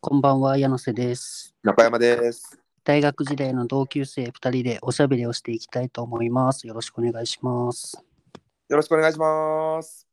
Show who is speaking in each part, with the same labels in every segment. Speaker 1: こんばんは、柳瀬です。
Speaker 2: 中山です。
Speaker 1: 大学時代の同級生2人でおしゃべりをしていきたいと思います。よろしくお願いします。
Speaker 2: よろしくお願いします。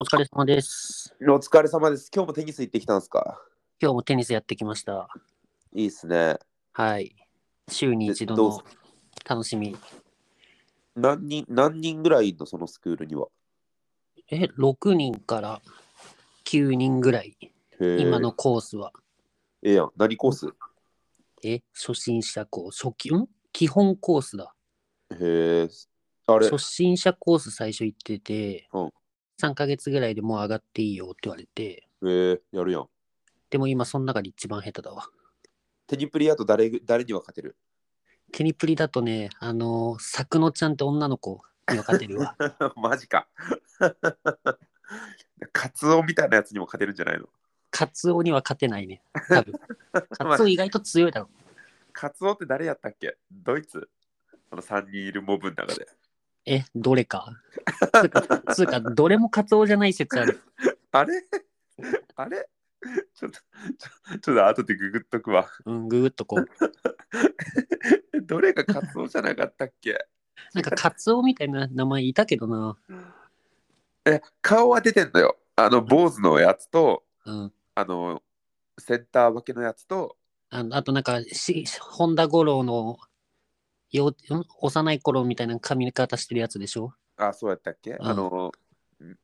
Speaker 1: お疲れ様です。
Speaker 2: お疲れ様です。今日もテニス行ってきたんですか
Speaker 1: 今日もテニスやってきました。
Speaker 2: いいっすね。
Speaker 1: はい。週に一度
Speaker 2: どうぞ
Speaker 1: の楽しみ。
Speaker 2: 何人、何人ぐらいいんのそのスクールには。
Speaker 1: え、6人から9人ぐらい、
Speaker 2: へー
Speaker 1: 今の。コースは。
Speaker 2: ええやん。何コースへ
Speaker 1: え、初心者コース、初期、ん基本コースだ。
Speaker 2: え。あれ
Speaker 1: 初心者コース最初行ってて、
Speaker 2: うん
Speaker 1: 3ヶ月ぐらいでもう上がっていいよって言われて、
Speaker 2: へえ、やるやん。
Speaker 1: でも今その中で一番下手だわ。
Speaker 2: テニプリやと誰ぐ、誰には勝てる
Speaker 1: テニプリだとね、あのー、さくのちゃんって女の子には勝てるわ。
Speaker 2: マジか。 カツオみたいなやつにも勝てるんじゃないの
Speaker 1: カツオには勝てないね。多分カツオ意外と強いだろ。
Speaker 2: カツオって誰やったっけドイツその3人いるモブの中で。
Speaker 1: え、どれか。つうか、つうかどれもカツオじゃない説ある。
Speaker 2: あれ あれ ちょっと、ちょちょっと後でググっとくわ。
Speaker 1: うん、ぐーっとこう。
Speaker 2: どれがカツオじゃなかったっけ
Speaker 1: なんかカツオみたいな名前いたけどな。
Speaker 2: え、顔は出てんのよ。あの、坊主のやつと、
Speaker 1: うん。
Speaker 2: あの、センター分けのやつと、
Speaker 1: あのあとなんかし、本田五郎の幼ん幼い頃みたいな髪型してるやつでしょ
Speaker 2: あ、そうやったっけ、
Speaker 1: ん
Speaker 2: あの、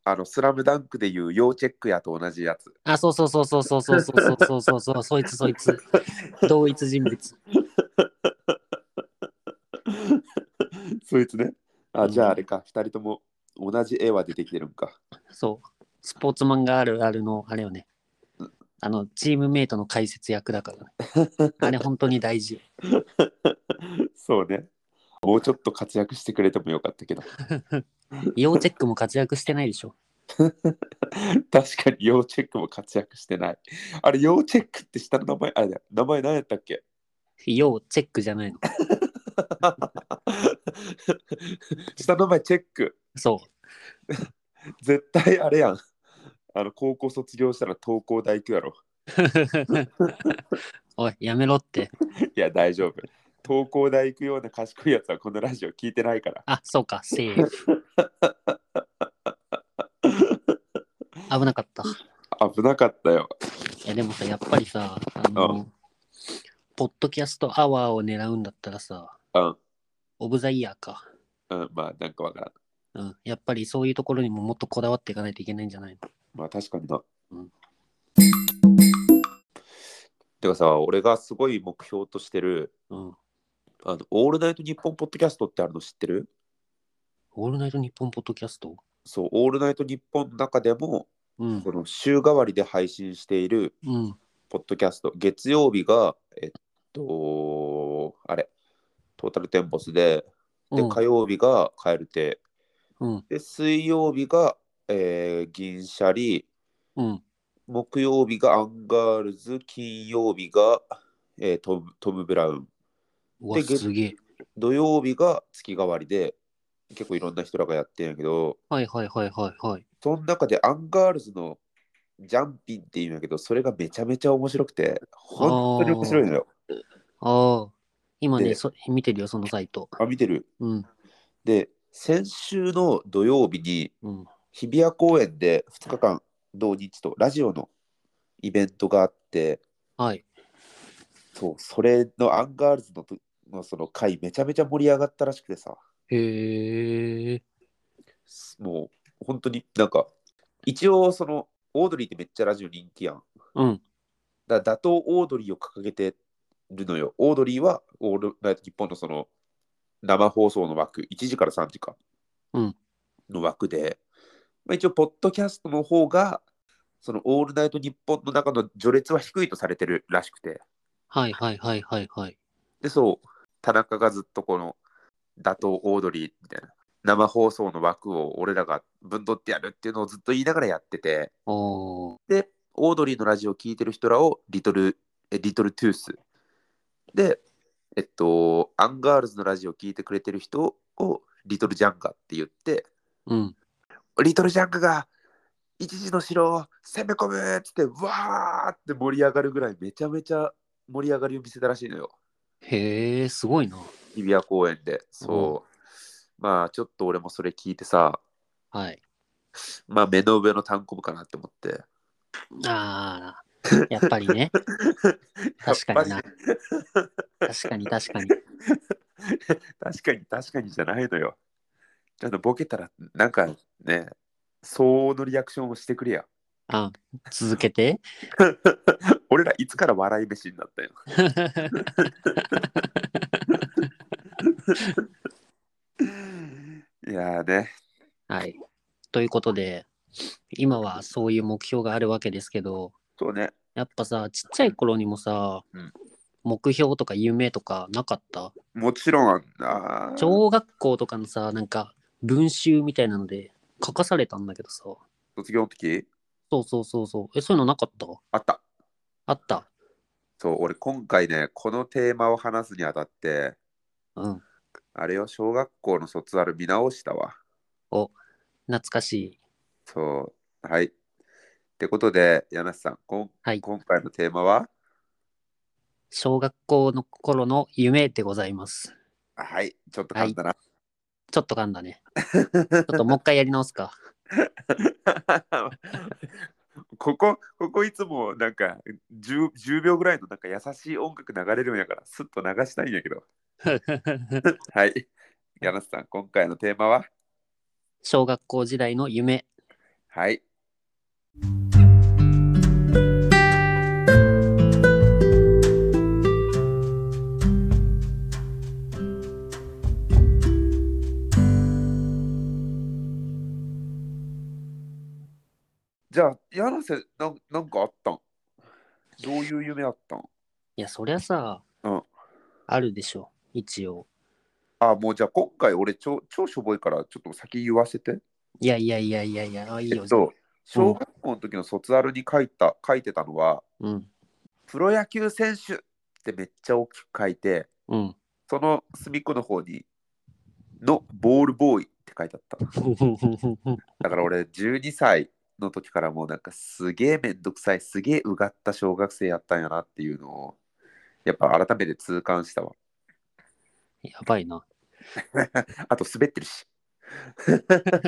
Speaker 2: あの、スラムダンクでいう要チェックやと同じやつ。
Speaker 1: あ、そうそうそうそうそうそうそうそうそうそう、そいつそいつ。同一人物。
Speaker 2: そいつね。あ、
Speaker 1: うん
Speaker 2: じゃああれか、二人とも同じ絵は出てきてるんか。
Speaker 1: そう。スポーツマンがあるあるの、あれよね。あの、チームメイトの解説役だから ね。あれ、本当に大事。
Speaker 2: そうね。もうちょっと活躍してくれてもよかったけど。
Speaker 1: 要チェックも活躍してないでしょ。
Speaker 2: 確かに要チェックも活躍してない。あれ、要チェックって下の名前、あれだよ名前何やったっけ
Speaker 1: 要チェックじゃないの。
Speaker 2: 下の名前チェック。
Speaker 1: そう。
Speaker 2: 絶対あれやん。あの、高校卒業したら東工大行くやろ。
Speaker 1: おい、やめろって。
Speaker 2: いや、大丈夫。東工大行くような賢いやつはこのラジオ聞いてないから。
Speaker 1: あ、そうか、セーフ。危なかった。い
Speaker 2: 危なかったよ。
Speaker 1: や、でもさ、やっぱりさ、あ
Speaker 2: う
Speaker 1: の、ポッドキャストアワーを狙うんだったらさ、
Speaker 2: うん。
Speaker 1: オブザイヤーか。
Speaker 2: うん、まあ、なんかわからん。
Speaker 1: うん。やっぱりそういうところにももっとこだわっていかないといけないんじゃないの
Speaker 2: まあ、確かにな。
Speaker 1: うん
Speaker 2: てかさ、俺がすごい目標としてる、
Speaker 1: うん。
Speaker 2: あの、オールナイトニッポンポッドキャストってあるの知ってる
Speaker 1: オールナイトニッポンポッドキャスト
Speaker 2: そう、オールナイトニッポンの中でも、
Speaker 1: うん
Speaker 2: こ。の週替わりで配信している
Speaker 1: うん。
Speaker 2: ポッドキャスト、月曜日が、えっと、あれ、トータルテンボスで、で、火曜日がカエルテ、
Speaker 1: うん。
Speaker 2: で、水曜日が、えー銀シャリ、
Speaker 1: うん。
Speaker 2: 木曜日がアンガールズ、金曜日が、えートムトム・ブラウン、
Speaker 1: うわ、
Speaker 2: で月
Speaker 1: すげえ。
Speaker 2: 土曜日が月替わりで、結構いろんな人らがやってんやけど、
Speaker 1: はいはいはいはいはい。
Speaker 2: その中でアンガールズのジャンピンっていうんやけど、それがめちゃめちゃ面白くて、本当に面白いのよ。
Speaker 1: ああ。今ね
Speaker 2: で
Speaker 1: そ、見てるよ、そのサイト。
Speaker 2: あ、見てる。
Speaker 1: うん。
Speaker 2: で、先週の土曜日に
Speaker 1: うん。
Speaker 2: 日比谷公園で2日間、同日とラジオのイベントがあって、
Speaker 1: はい。
Speaker 2: そう、それのアンガールズのとのその回、めちゃめちゃ盛り上がったらしくてさ、
Speaker 1: へえ。
Speaker 2: もう本当になんか、一応その、オードリーってめっちゃラジオ人気やん。
Speaker 1: うん。
Speaker 2: だから打倒オードリーを掲げてるのよ。オードリーはオールナイト日本のその生放送の枠、1時から3時か、
Speaker 1: うん
Speaker 2: の枠で、まあ、一応、ポッドキャストの方が、そのオールナイト日本の中の序列は低いとされてるらしくて、
Speaker 1: はいはいはいはいはい。
Speaker 2: で、そう、田中がずっとこの打倒オードリーみたいな、生放送の枠を俺らがぶんどってやるっていうのをずっと言いながらやってて、
Speaker 1: おー。
Speaker 2: で、オードリーのラジオを聴いてる人らをリトル、えリトルトゥース。で、えっと、アンガールズのラジオを聴いてくれてる人をリトルジャンガって言って、
Speaker 1: うん。
Speaker 2: リトルジャンガが一時の城を攻め込むっつって、わーって盛り上がるぐらい、めちゃめちゃ盛り上がりを見せたらしいのよ。
Speaker 1: へえ、すごいな。
Speaker 2: 日比谷公園で。そう。まあ、ちょっと俺もそれ聞いてさ、
Speaker 1: はい。
Speaker 2: まあ、目の上の単行部かなって思って。
Speaker 1: ああ、やっぱりね。確かに
Speaker 2: や
Speaker 1: な
Speaker 2: っ。
Speaker 1: 確かに確かに。
Speaker 2: 確かに、確かにじゃないのよ。ちょっとボケたら、なんかね、相応のリアクションをしてくれや。
Speaker 1: あ続けて。
Speaker 2: 俺らいつから笑い飯になったよ。いやーね、
Speaker 1: はい。ということで、今はそういう目標があるわけですけど、
Speaker 2: そうね。
Speaker 1: やっぱさ、ちっちゃい頃にもさ、
Speaker 2: うん
Speaker 1: 目標とか夢とかなかった
Speaker 2: もちろんあんな。
Speaker 1: 小学校とかのさ、なんか文集みたいなので書かされたんだけどさ、
Speaker 2: 卒業の時
Speaker 1: そうそうそうそう。え、そういうのなかった
Speaker 2: あった。
Speaker 1: あった。
Speaker 2: そう、俺今回ね、このテーマを話すにあたって、
Speaker 1: うん。
Speaker 2: あれよ、小学校の卒アル見直したわ。
Speaker 1: 懐かしい。
Speaker 2: そう、はい。ってことで、柳瀬さん、こん
Speaker 1: はい
Speaker 2: 今回のテーマは
Speaker 1: 小学校の頃の夢でございます。
Speaker 2: はい、ちょっと簡単な。
Speaker 1: ちょっと噛んだ ね。ちょっともう一回やり直すか。
Speaker 2: ここ、ここいつもなんか 10, 10秒ぐらいのなんか優しい音楽流れるんやから、すっと流したいんやけど。はい。柳瀬さん、今回のテーマは
Speaker 1: 小学校時代の夢。
Speaker 2: はい。じゃあ、柳瀬、なんなんかあったんどういう夢あったん
Speaker 1: いや、そりゃさ、
Speaker 2: うん
Speaker 1: あるでしょ。一応。
Speaker 2: あ、もうじゃあ今回俺超、超しょぼいから、ちょっと先言わせて。
Speaker 1: いやいやいやいやいや、あいい
Speaker 2: え
Speaker 1: よ。
Speaker 2: っと、小学校の時の卒アルに書いた、書いてたのは、
Speaker 1: うん。
Speaker 2: プロ野球選手ってめっちゃ大きく書いて、
Speaker 1: うん。
Speaker 2: その隅っこの方に、のボールボーイって書いてあった。だから俺、12歳の時からもうなんかすげえめんどくさい、すげえうがった小学生やったんやなっていうのを、やっぱ改めて痛感したわ。
Speaker 1: やばいな。
Speaker 2: あと滑ってるし。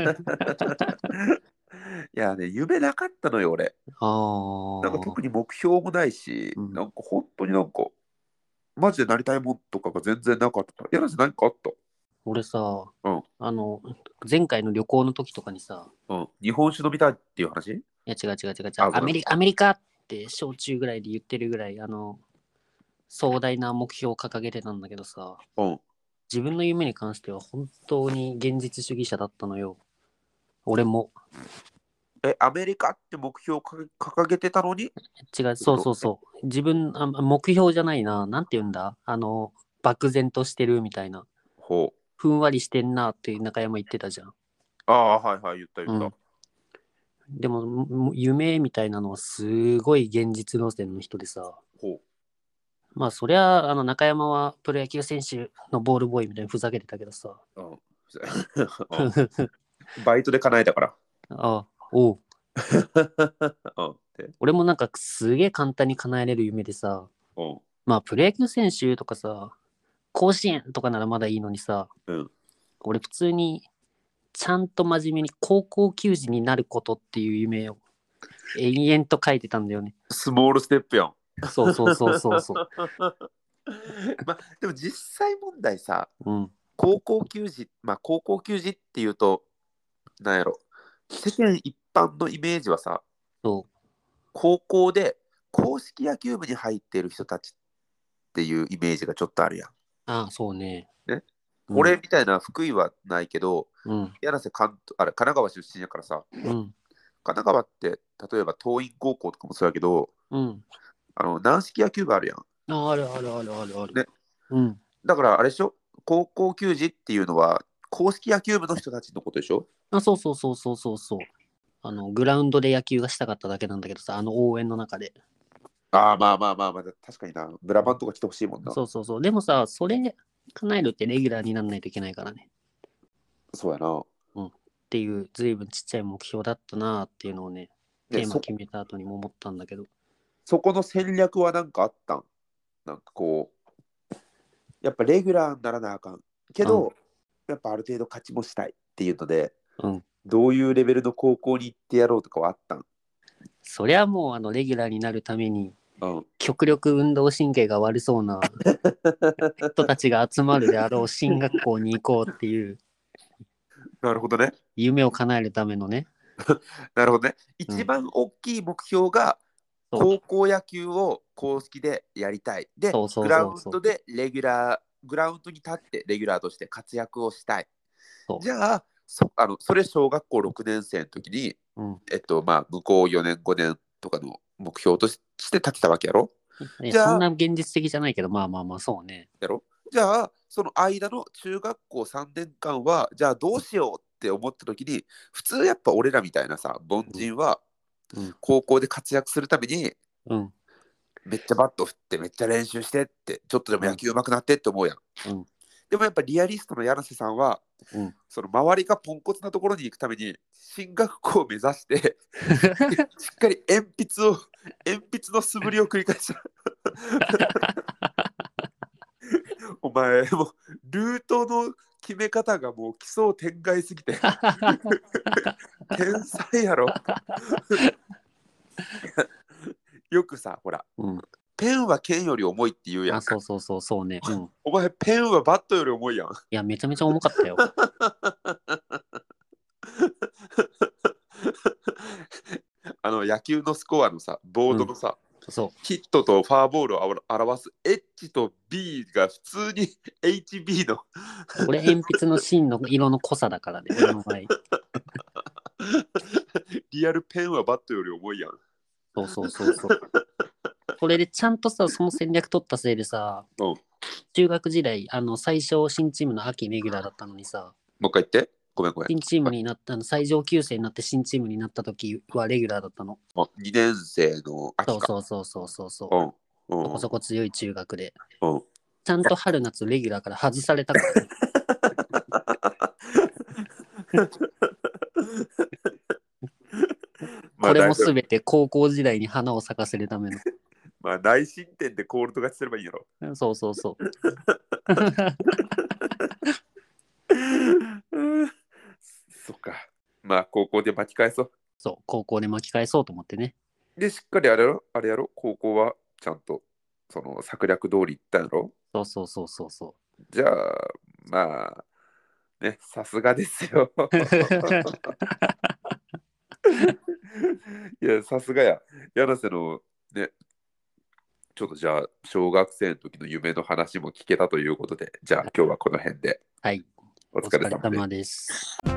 Speaker 2: いやね、夢なかったのよ、俺。
Speaker 1: あー
Speaker 2: なんか特に目標もないし、
Speaker 1: うん
Speaker 2: なんか本当になんか、マジでなりたいもんとかが全然なかった。やらせ何かあった
Speaker 1: 俺さ、
Speaker 2: うん
Speaker 1: あの、前回の旅行の時とかにさ、
Speaker 2: うん、日本酒飲みたいっていう話
Speaker 1: いや違う違う違う違う
Speaker 2: あごめん
Speaker 1: アメリアメリカって小中ぐらいで言ってるぐらいあの壮大な目標を掲げてたんだけどさ
Speaker 2: うん。
Speaker 1: 自分の夢に関しては本当に現実主義者だったのよ俺も
Speaker 2: え、アメリカって目標をか掲げてたのに
Speaker 1: 違うそうそうそう自分あ目標じゃないななんて言うんだあの漠然としてるみたいな
Speaker 2: ほう。
Speaker 1: ふんわりしてんなって中山言ってたじゃん
Speaker 2: ああ、はいはい、言った言った。
Speaker 1: うんでもも夢みたいなのはすごい現実路線の人でさ
Speaker 2: ほ
Speaker 1: まあそりゃあの中山はプロ野球選手のボールボーイみたいにふざけてたけどさ
Speaker 2: う。うんバイトで叶えた から。
Speaker 1: あおう
Speaker 2: うん。で
Speaker 1: 俺もなんかすげえ簡単に叶えれる夢でさ
Speaker 2: うん。
Speaker 1: まあプロ野球選手とかさ甲子園とかならまだいいのにさ、
Speaker 2: うん
Speaker 1: 俺普通にちゃんと真面目に高校球児になることっていう夢を延々と書いてたんだよね
Speaker 2: スモールステップやん。
Speaker 1: そうそうそうそう そう
Speaker 2: まあ、でも実際問題さ、
Speaker 1: うん
Speaker 2: 高校球児、まあ高校球児っていうと、なんやろ、世間一般のイメージはさ、
Speaker 1: そ
Speaker 2: 高校で公式野球部に入っている人たちっていうイメージがちょっとあるやん。
Speaker 1: うああそうね
Speaker 2: ね
Speaker 1: うん
Speaker 2: 俺みたいな福井はないけど、
Speaker 1: うん
Speaker 2: 柳瀬関東あれ神奈川出身やからさ、
Speaker 1: うん
Speaker 2: 神奈川って例えば桐蔭高校とかもそうやけど、
Speaker 1: うん
Speaker 2: あの軟式野球部あるやん。
Speaker 1: ああるあるあるあるある、
Speaker 2: ね
Speaker 1: うん
Speaker 2: だからあれでしょ、高校球児っていうのは公式野球部の人たちのことでしょ
Speaker 1: あ、そうそうそうそうそうそう。あの、グラウンドで野球がしたかっただけなんだけどさ、あの応援の中で。
Speaker 2: ああ、まあまあまあまあ、確かにな。ブラバンとか来てほしいもんな。
Speaker 1: そうそうそう。でもさ、それ叶えるってレギュラーにならないといけないからね。
Speaker 2: そうやな。
Speaker 1: っていう随分ちっちゃい目標だったなっていうのをねテ
Speaker 2: で
Speaker 1: ー
Speaker 2: そ
Speaker 1: マ決めた後にも思ったんだけど
Speaker 2: そこの戦略は何かあったんなんかこうやっぱレギュラーにならなあかんけど、やっぱある程度勝ちもしたいっていうので
Speaker 1: うん
Speaker 2: どういうレベルの高校に行ってやろうとかはあったん、
Speaker 1: そりゃもうあのレギュラーになるために
Speaker 2: うん、
Speaker 1: 極力運動神経が悪そうな人たちが集まるであろう進学校に行こうっていう
Speaker 2: なるほどね
Speaker 1: 夢を叶えるためのね
Speaker 2: なるほどね一番大きい目標が
Speaker 1: そう
Speaker 2: 高校野球を公式でやりたいで
Speaker 1: そうそうそうそう
Speaker 2: グラウンドでレギュラーグラウンドに立ってレギュラーとして活躍をしたい
Speaker 1: そう
Speaker 2: じゃあそあのそれ小学校6年生の時に
Speaker 1: うん
Speaker 2: えっとまあ向こう4年5年とかの目標としして立てたわけやろ
Speaker 1: いや
Speaker 2: じゃあ
Speaker 1: そんな現実的じゃないけどまあまあまあそうね
Speaker 2: やろじゃあその間の中学校3年間はじゃあどうしようって思った時に普通やっぱ俺らみたいなさ凡人は
Speaker 1: うん
Speaker 2: 高校で活躍するために
Speaker 1: うん
Speaker 2: めっちゃバット振ってめっちゃ練習してってちょっとでも野球上手くなってって思うやん、
Speaker 1: うん
Speaker 2: でもやっぱリアリストの柳瀬さんは、
Speaker 1: うん
Speaker 2: その周りがポンコツなところに行くために進学校を目指して しっかり鉛筆を鉛筆の素振りを繰り返したお前もうルートの決め方がもう奇想天外すぎて天才やろよくさほら
Speaker 1: うん
Speaker 2: ペンは剣より重いって言うやん
Speaker 1: あ。そうそうそうそうねうんい
Speaker 2: お前、ペンはバットより重いやん。
Speaker 1: やめちゃめちゃ重かったよ
Speaker 2: あの野球のスコアのさ、ボードのさ、
Speaker 1: そ
Speaker 2: ヒットとファーボールを表表す H と B が普通に HB の。
Speaker 1: う俺鉛筆の芯の色の濃さだからね俺の場合
Speaker 2: リアルペンはバットより重いやん。
Speaker 1: そうそうそうそう。これでちゃんとさ、その戦略取ったせいでさ、
Speaker 2: うん
Speaker 1: 中学時代、あの最初、新チームの秋レギュラーだったのにさ、
Speaker 2: もう一回言って。ごめんごめん。
Speaker 1: 新チームになったあの、最上級生になって新チームになった時はレギュラーだったの。
Speaker 2: あ2年生の
Speaker 1: そ
Speaker 2: 秋
Speaker 1: う
Speaker 2: か。
Speaker 1: そうそうそうそうそう。
Speaker 2: うんうん
Speaker 1: そこそこ強い中学で。
Speaker 2: うん
Speaker 1: ちゃんと春夏レギュラーから外された から、こ
Speaker 2: まあ
Speaker 1: れも
Speaker 2: 大丈夫
Speaker 1: 全て高校時代に花を咲かせるための。
Speaker 2: まあ、内申点でコールド勝ちすればいいんやろ。
Speaker 1: そうそうそう。
Speaker 2: うんそっか。まあ、高校で巻き返そう。
Speaker 1: そう、高校で巻き返そうと思ってね。
Speaker 2: で、しっかりあれやろ、あれやろ、高校はちゃんと、その策略通り行ったんやろ。
Speaker 1: そうそうそうそうそう。
Speaker 2: じゃあ、まあ、ね、さすがです よ。いや、さすがや。柳瀬の、ね、ちょっとじゃあ、小学生の時の夢の話も聞けたということで、じゃあ、今日はこの辺で。
Speaker 1: はい。
Speaker 2: お
Speaker 1: お
Speaker 2: 疲
Speaker 1: 疲れ
Speaker 2: れ様です。
Speaker 1: 様です。